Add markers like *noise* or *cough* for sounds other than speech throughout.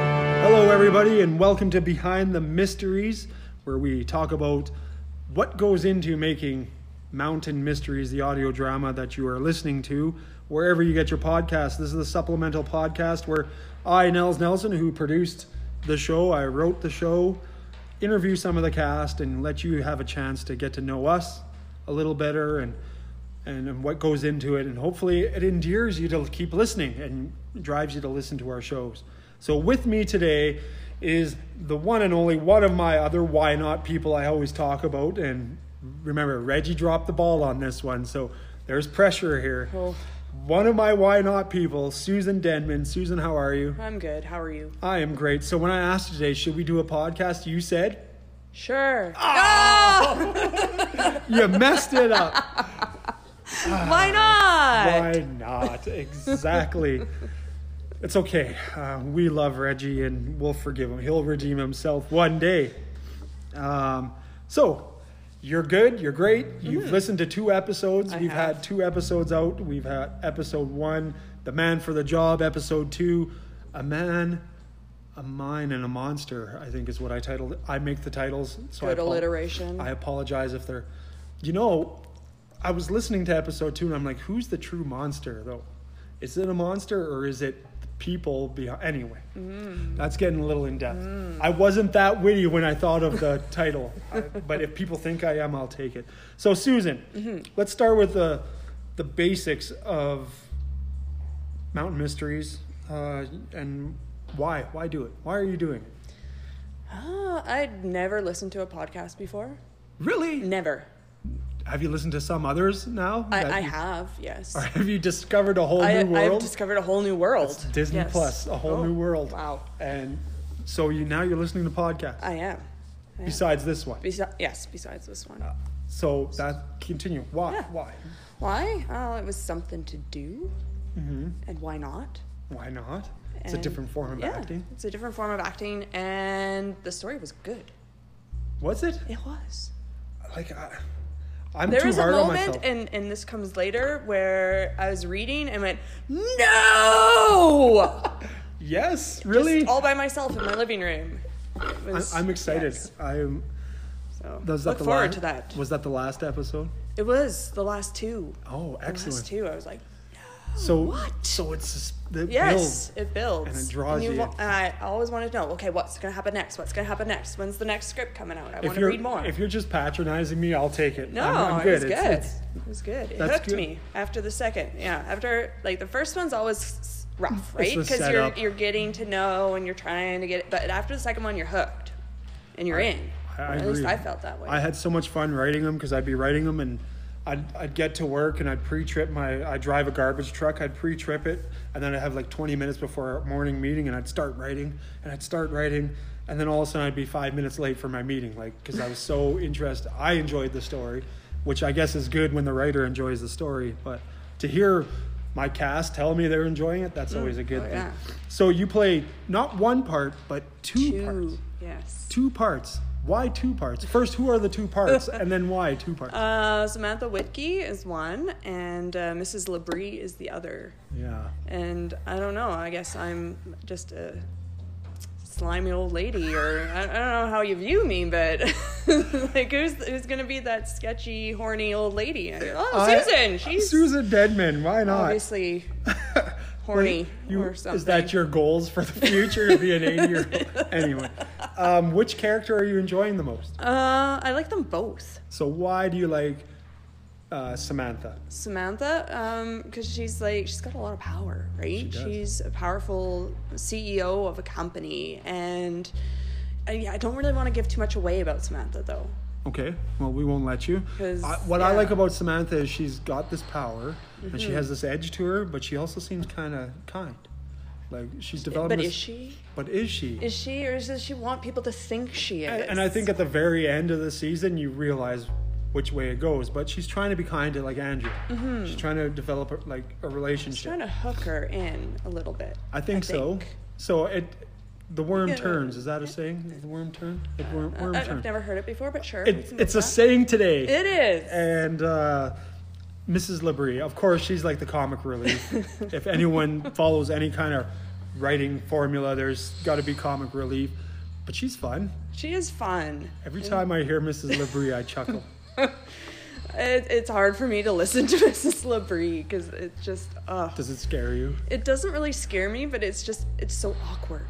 Hello, everybody, and welcome to Behind the Mysteries, where we talk about what goes into making Mountain Mysteries, the audio drama that you are listening to, wherever you get your podcast. This is the supplemental podcast where I, Nels Nelson, who produced the show, I wrote the show, interview some of the cast, and let you have a chance to get to know us a little better and and what goes into it, and hopefully it endears you to keep listening and drives you to listen to our shows. So with me today is the one and only one of my other why not people I always talk about. And remember, Reggie dropped the ball on this one, so there's pressure here. Well, One of my why not people, Susan Denman. Susan, how are you? I'm good. How are you? I am great. So when I asked today, should we do a podcast? You said Sure. you messed it up. Why not? Uh, Why not? Exactly. it's okay. Uh, we love Reggie and we'll forgive him. He'll redeem himself one day. Um, so, you're good. You're great. You've listened to two episodes. Mm-hmm. I We've have. had two episodes out. We've had episode one, The Man for the Job, episode two, A Man. A mine and a monster, I think is what I titled. it. I make the titles, so I Good apo- alliteration. I apologize if they're. You know, I was listening to episode two and I'm like, who's the true monster though? Is it a monster or is it the people behind? Anyway, Mm. that's getting a little in depth. I wasn't that witty when I thought of the *laughs* title, I- but if people think I am, I'll take it. So, Susan, Mm-hmm. let's start with the the basics of Mountain Mysteries uh, and why why do it? Why are you doing it? Ah, I'd never listened to a podcast before. Really? Never. Have you listened to some others now? that I, I you- have, yes. Or have you discovered a whole I, new I've world? discovered a whole new world. Disney Yes. Plus, a whole Oh, new world. Wow. And so you now you're listening to podcasts Oh, I am. I am. besides this one. Besi- yes, besides this one. So that continue. Why? Yeah. Why? Why? Uh, it was something to do. And why not? Why not? Mm-hmm. It's a And- different form of yeah, acting. It's a different form of acting, and the story was good. Was it? It was. Like I, I'm There too was a hard on moment, myself. and, and this comes later, where I was reading and went, No! yes, *laughs* really. Just all by myself in my living room. It was- I, am excited. yes, I'm. so Was that look the forward last, to that. Was that the last episode? It was the last two. Oh, The last excellent. two. I was like, So What? So it's sus- the Yes, it builds. and it draws you wa- in. And I always wanted to know, okay, what's going to happen next? What's going to happen next? When's the next script coming out? I If want to you're read more. if you're just patronizing me, I'll take it. No, I'm, I'm it was good. It's- it's- it was good. It That's hooked good. me after the second. Yeah, after like the first one's always s- rough, It's right? the Because you're setup. you're getting to know and you're trying to get it, but after the second one, you're hooked, and you're in. I- I At least agree. I felt that way. I had so much fun writing them because I'd be writing them and I'd, I'd get to work and I'd pre-trip my I drive a garbage truck I'd pre-trip it and then I'd have like 20 minutes before our morning meeting and I'd start writing and I'd start writing and then all of a sudden I'd be five minutes late for my meeting like because I was so interested I enjoyed the story which I guess is good when the writer enjoys the story but to hear my cast tell me they're enjoying it that's always a good oh, thing yeah. so you play not one part but two, parts two. Yes. two parts. Why two parts? First, who are the two parts, and then why two parts? Uh, Samantha Whitkey is one, and uh, Mrs. Labrie is the other. yeah, And I don't know. I guess I'm just a slimy old lady, or I, I don't know how you view me, but *laughs* like, who's who's gonna be that sketchy, horny old lady? I- oh, I- *laughs* uh, Susan. She's Susan Deadman. Why not? *laughs* *laughs* obviously horny You- or something. Is that your goals *laughs* for the future to be an eighty-year-old? anyway, um, which character are you enjoying the most? Uh, I like them both. So why do you like uh, Samantha? Samantha, um, because she's like she's got a lot of power, right? does. She's a powerful CEO of a company, and I, I don't really want to give too much away about Samantha, though. Okay, well, we won't let you. 'Cause, I, what I yeah. Mm-hmm. like about Samantha is she's got this power and she has this edge to her, but she also seems kind of kind. Like she's developed. But this, is she? But is she? Is she, or does she want people to think she is? And, and I think at the very end of the season, you realize which way it goes. But she's trying to be kind to like Andrew. She's trying to develop a, like a Mm-hmm. she's relationship. trying to hook her in a little bit. I, think so. think. So it, the worm Yeah. turns. Is that a saying? The worm turn. The worm, Uh, I, worm turn. have never heard it before, but sure. we It, can go it's a with saying today. that. It is. And uh, *laughs* Mrs. Labrie, of course, she's like the comic relief. if anyone follows any kind of writing formula. There's got to be comic relief, but she's fun. She is fun. Every time I hear Mrs. Labrie, I chuckle. It, it's hard for me to listen to *laughs* Mrs. Labrie because it's just, uh, Does it scare you? it doesn't really scare me, but it's just, it's so awkward.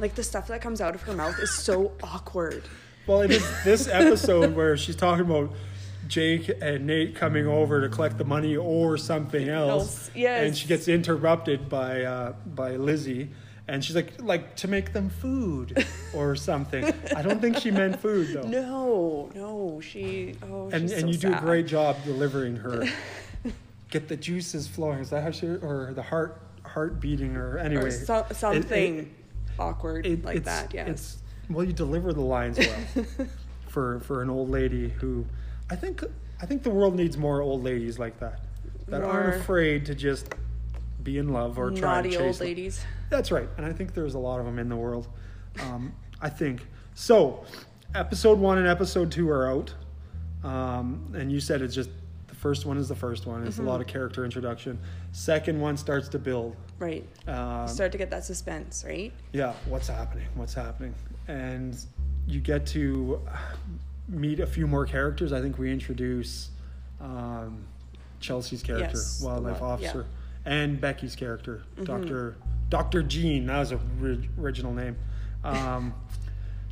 Like the stuff that comes out of her mouth is *laughs* so awkward. Well, it is this episode where she's talking about Jake and Nate coming over to collect the money or something else. Else, yes. And she gets interrupted by uh, by Lizzie. And she's like, like to make them *laughs* food or something. I don't think she meant food though. No, no, she, oh, Oh. and she's and so you do a sad. great job delivering her. *laughs* Get the juices flowing. Is that how she or the heart heart beating or anyway Or so, it- it- something awkward it- like it's- that, yes. It's well, you deliver the lines *laughs* well for for an old lady who, I think I think the world needs more old ladies like that that More- aren't afraid to just be in love or try and Naughty chase old them. ladies. That's right, and I think there's a lot of them in the world. Um, I think so. Episode one and episode two are out, um, and you said it's just the first one is the first one. It's Mm-hmm. a lot of character introduction. Second one starts to build. Right. Um, Start to get that suspense, right? yeah, what's happening? What's happening? And you get to uh, meet a few more characters. I think we introduce um, Chelsea's character, Yes, the wildlife one- yeah. officer, and Becky's character, Doctor Doctor Jean. That was a ri- original name. Um,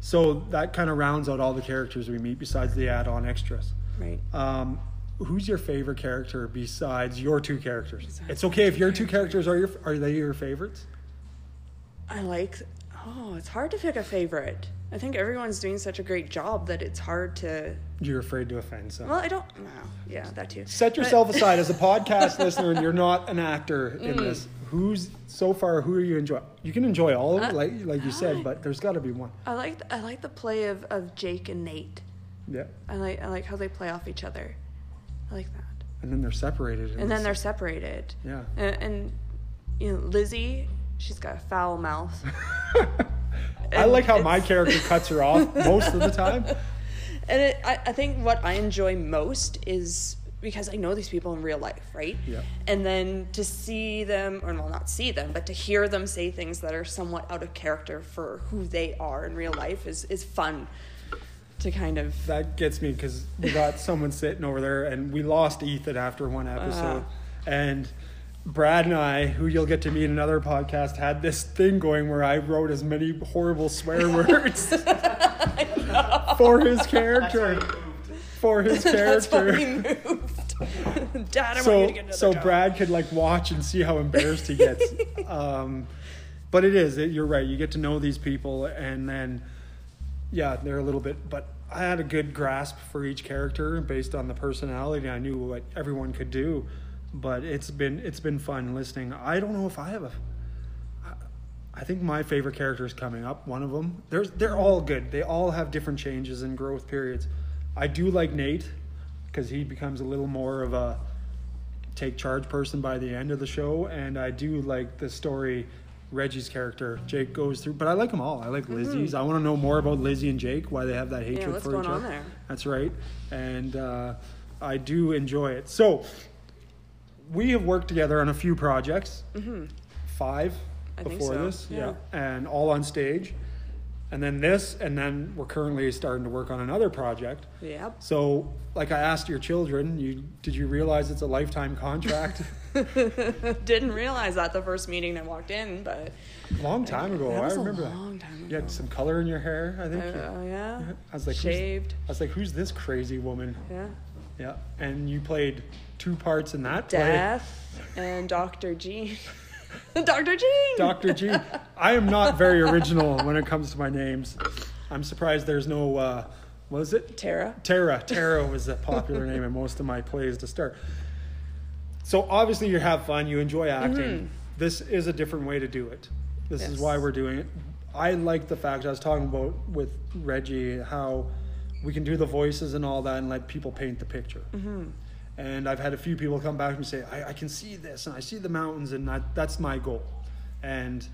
so that kind of rounds out all the characters we meet, besides the add-on extras. Right. Um, who's your favorite character besides your two characters? it's okay if your two characters are your are they your favorites? I like. Oh, it's hard to pick a favorite. I think everyone's doing such a great job that it's hard to. You're afraid to offend some. Well, I don't. No, yeah, that too. Set yourself aside *laughs* as a podcast listener, and you're not an actor Mm. in this. Who's so far? Who are you enjoy? You can enjoy all of it, Uh, like like you said, but there's got to be one. I like. I like the play of, of Jake and Nate. Yeah, I like. I like how they play off each other. I like that. and then they're separated. And then it's- they're separated. Yeah. And, and you know, Lizzie, she's got a foul mouth. I like how and my it's- character cuts her off most of the time. *laughs* And it, I, I think what I enjoy most is because I know these people in real life, right? Yeah. And then to see them, or well, not see them, but to hear them say things that are somewhat out of character for who they are in real life is, is fun to *laughs* kind of. That gets me because we got someone sitting over there, and we lost Ethan after one episode, and. Brad and I, who you'll get to meet in another podcast, had this thing going where I wrote as many horrible swear words *laughs* for his character. for his *laughs* That's why we character. moved. *laughs* Dad, I want you to So get another so job. Brad could like watch and see how embarrassed he gets. *laughs* um, but it is it, you're right. You get to know these people, and then yeah, they're a little bit. But I had a good grasp for each character based on the personality. I knew what everyone could do. But it's been it's been fun listening. I don't know if I have a. I think my favorite character is coming up. One of them. There's, they're all good. They all have different changes and growth periods. I do like Nate because he becomes a little more of a take charge person by the end of the show, and I do like the story Reggie's character Jake goes through. But I like them all. I like Lizzie's. I want to know more about Lizzie and Jake. Why they have that hatred Mm-hmm. what's for going each on other. there? That's right. And uh, I do enjoy it. So we have worked together on a few projects. Five Mm-hmm. I think before so, this, yeah. and all on stage, and then this, and then we're currently starting to work on another project. Yep. *laughs* So, like I asked your children, you did you realize it's a lifetime *laughs* contract? Didn't realize that the first meeting I walked in, but long time ago, that I was a remember that. long time You ago. had some color in your hair, I think. Oh, yeah. I was like, who's- Shaved. I was like, who's this crazy woman? Yeah. Yeah, and you played two parts in that play. Death and Dr. Jean. *laughs* Dr. Jean! Dr. G. I am not very original when it comes to my names. I'm surprised there's no, uh, what is it? Tara. Tara. Tara was a popular name in most of my plays to start. So obviously you have fun, you enjoy acting. This is a different way to do it. This is Yes. why we're doing it. I like the fact I was talking about with Reggie how we can do the voices and all that and let people paint the picture. And I've had a few people come back and say, I, I can see this and I see the mountains and that, that's my goal. And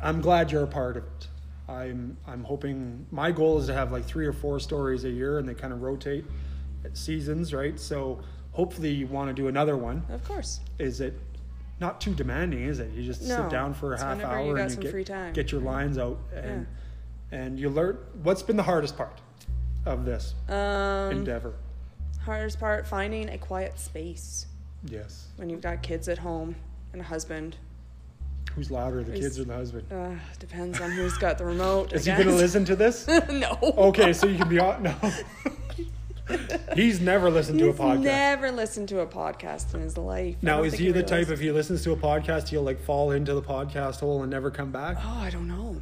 I'm glad you're a part of it. I'm, I'm hoping my goal is to have like three or four stories a year and they kind of rotate at seasons, right? So hopefully you want to do another one Of course. is it not too demanding, is it? You just No, sit down for a it's half whenever hour you got and some you get, free time. get your lines out and and you learn what's been the hardest part of this Um, endeavor. hardest part finding a quiet space Yes. when you've got kids at home and a husband. Who's louder, the Is- kids or the husband? Uh, depends on who's got the remote. Is he I going to guess. listen to *laughs* this? no. Okay, so you can be on. No. *laughs* He's never listened to a He's podcast. never listened to a podcast in his life. I now, don't is think he the type realized- if he listens to a podcast, he'll like fall into the podcast hole and never come back? Oh, I don't know.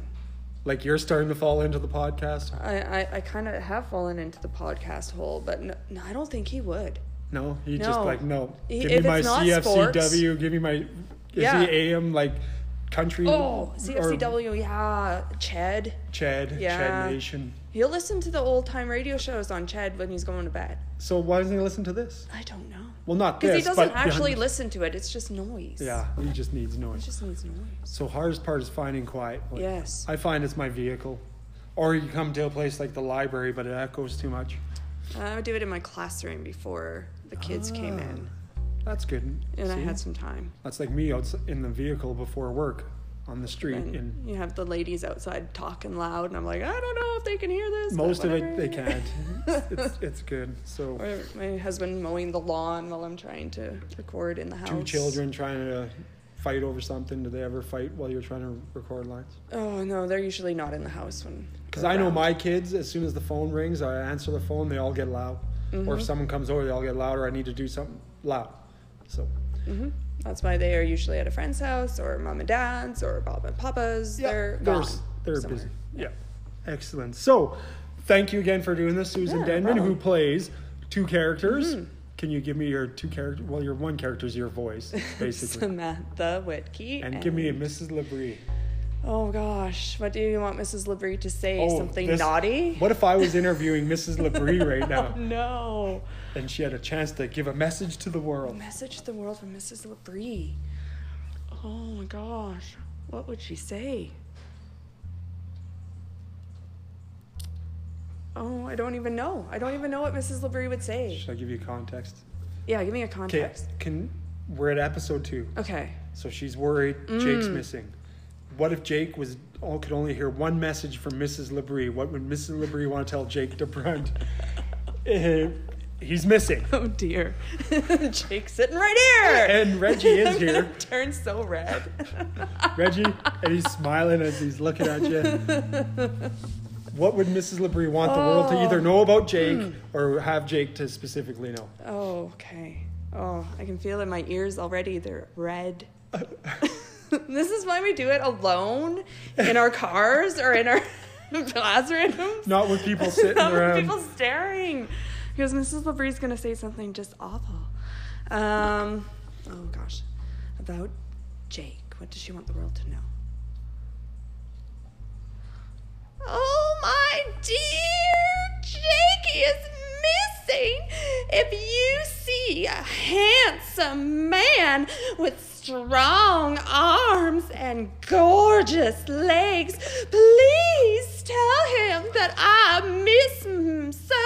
Like you're starting to fall into the podcast? I, I, I kind of have fallen into the podcast hole, but no, no I don't think he would. No, he just No. like no. He- Give if me my it's not CFCW. sports- Give me my. Is Yeah. he AM like country? Oh, or CFCW, yeah, Ched. Chad. Yeah. Chad Nation. He'll listen to the old time radio shows on Ched when he's going to bed. So why doesn't he listen to this? I don't know. Well, not Because this. he doesn't but *laughs* actually behind- listen to it. It's just noise. Yeah, he just needs It noise. just needs noise. So hardest part is finding quiet. place. Yes. I find it's my vehicle, or you come to a place like the library, but it echoes too much. I would do it in my classroom before the kids came in, That's good. and I Ah, See? had some time. That's like me outs in the vehicle before work, on the street, And and you have the ladies outside talking loud, and I'm like, I don't know if they can hear this. but most of it they whatever." can't. it's, it's good. So. *laughs* Or my husband mowing the lawn while I'm trying to record in the house. two children trying to fight over something do they ever fight while you're trying to record lines Oh no, they're usually not in the house when. because they're i know around. my kids as soon as the phone rings i answer the phone they all get loud Mm-hmm. or if someone comes over they all get loud or i need to do something loud so That's why they are usually at a friend's house or mom and dad's or Bob and Papa's. they're they're, gone they're somewhere. busy yeah excellent so thank you again for doing this susan Yeah, no denman who problem. Mm-hmm. plays two characters can you give me your two character well your one character is your *laughs* voice basically Samantha Whitkey. and give me a mrs labrie Oh gosh, what do you want Mrs. Labrie to say? Oh, Something this- naughty? Oh, what if i was interviewing *laughs* mrs labrie right now No. and she had a chance to give a message to the world. Message to the world from Mrs. Labrie. Oh my gosh, what would she say? Oh, I don't even know. I don't even know what Mrs. Labrie would say. Should I give you context? Yeah, give me a Okay, context. can we're at episode two, Okay. *laughs* so she's worried Jake's Mm. missing. What if Jake was all could only hear one message from Mrs. Labrie? What would Mrs. Labrie want to tell Jake DeBrunt? Eh, He's missing, Oh dear. *laughs* Jake's sitting right here. and Reggie is *laughs* I'm gonna here. Turn so red. Reggie, and he's smiling as he's looking at you. What would Mrs. Labrie want the world to Oh. either know about Jake or have Jake to specifically know? Oh, okay. Oh, I can feel in my ears already. They're red. *laughs* this is why we do it alone in our cars or in our *laughs* classrooms. Not with *laughs* people sitting Not with around. people staring. Because Mrs. Labrie's going to say something just awful. Um, oh, gosh. About Jake. What does she want the world to know? Oh my dear, Jakey is missing. If you see a handsome man with strong arms and gorgeous legs, please tell him that I miss him so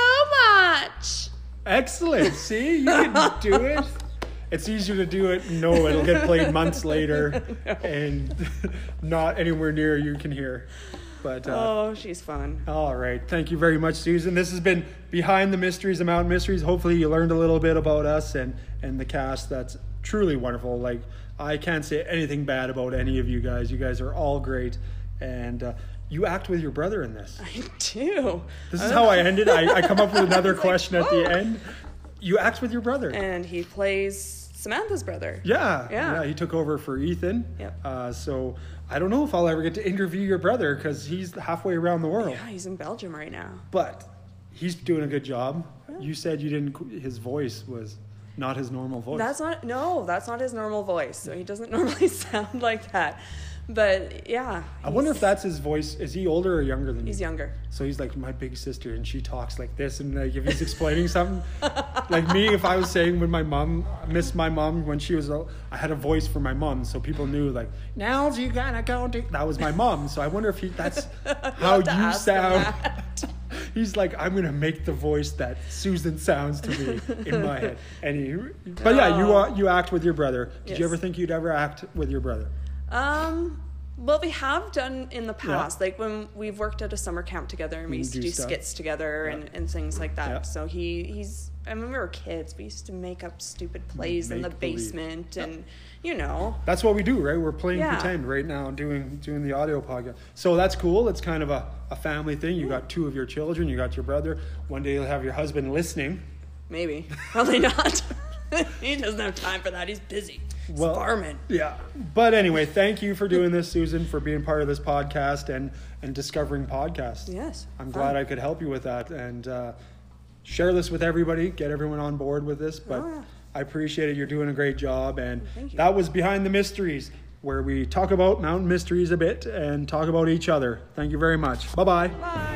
much. Excellent. See, you can *laughs* do it. It's easier to do it. No, it'll get played months *laughs* later and *laughs* not anywhere near you can hear. But uh, Oh, she's fun. all right. Thank you very much, Susan. This has been Behind the Mysteries of Mountain Mysteries. Hopefully, you learned a little bit about us and, and the cast. That's truly wonderful. Like, I can't say anything bad about any of you guys. You guys are all great. And uh, you act with your brother in this. I do. This is how I ended. I, I come up with another *laughs* It's like, question at "Whoa." the end. You act with your brother. And he plays Samantha's brother. Yeah, Yeah. He took over for Ethan. Yep. Uh, so I don't know if I'll ever get to interview your brother because he's halfway around the world. Yeah, he's in Belgium right now. But he's doing a good job. You said you didn't. qu- His voice was not his normal voice. That's not no, that's not his normal voice. So he doesn't *laughs* normally sound like that. But yeah. I wonder if he's- that's his voice. Is he older or younger than he's you? younger. So he's like my big sister, and she talks like this, and like if he's explaining something, like me, if I was saying when my mom I missed my mom when she was, ill, I had a voice for my mom, so people knew like Nels, you *laughs* gotta go do. That was my mom, so I wonder if he that's how to you ask him sound. that. *laughs* He's like, I'm gonna make the voice that Susan sounds to me in my head. And he, but yeah, you Oh. uh, you act with your brother. Did you Yes. ever think you'd ever act with your brother? Um, well, we have done in the past, like when we've worked at a summer camp together and we You used to do do stuff. skits together Yeah. and, and things like that. Yeah. So he, he's, I mean, we were kids. We used to make up stupid plays in the Make-believe. basement and, you know, That's what we do, right? We're playing Yeah. pretend right now, doing doing the audio podcast. So that's cool. It's kind of a, a family thing. You got two of your children. You got your brother. One day you'll have your husband listening. maybe. *laughs* Probably not. he doesn't have time for that. He's busy. He's a Well- farming. Yeah. But anyway, thank you for doing this, Susan, for being part of this podcast and and discovering podcasts. Yes. I'm glad I could help you with that and uh, share this with everybody. Get everyone on board with this. But Oh, yeah. I appreciate it. You're doing a great job. And Thank you. that was behind the mysteries, where we talk about mountain mysteries a bit and talk about each other. Thank you very much. Bye bye. Bye.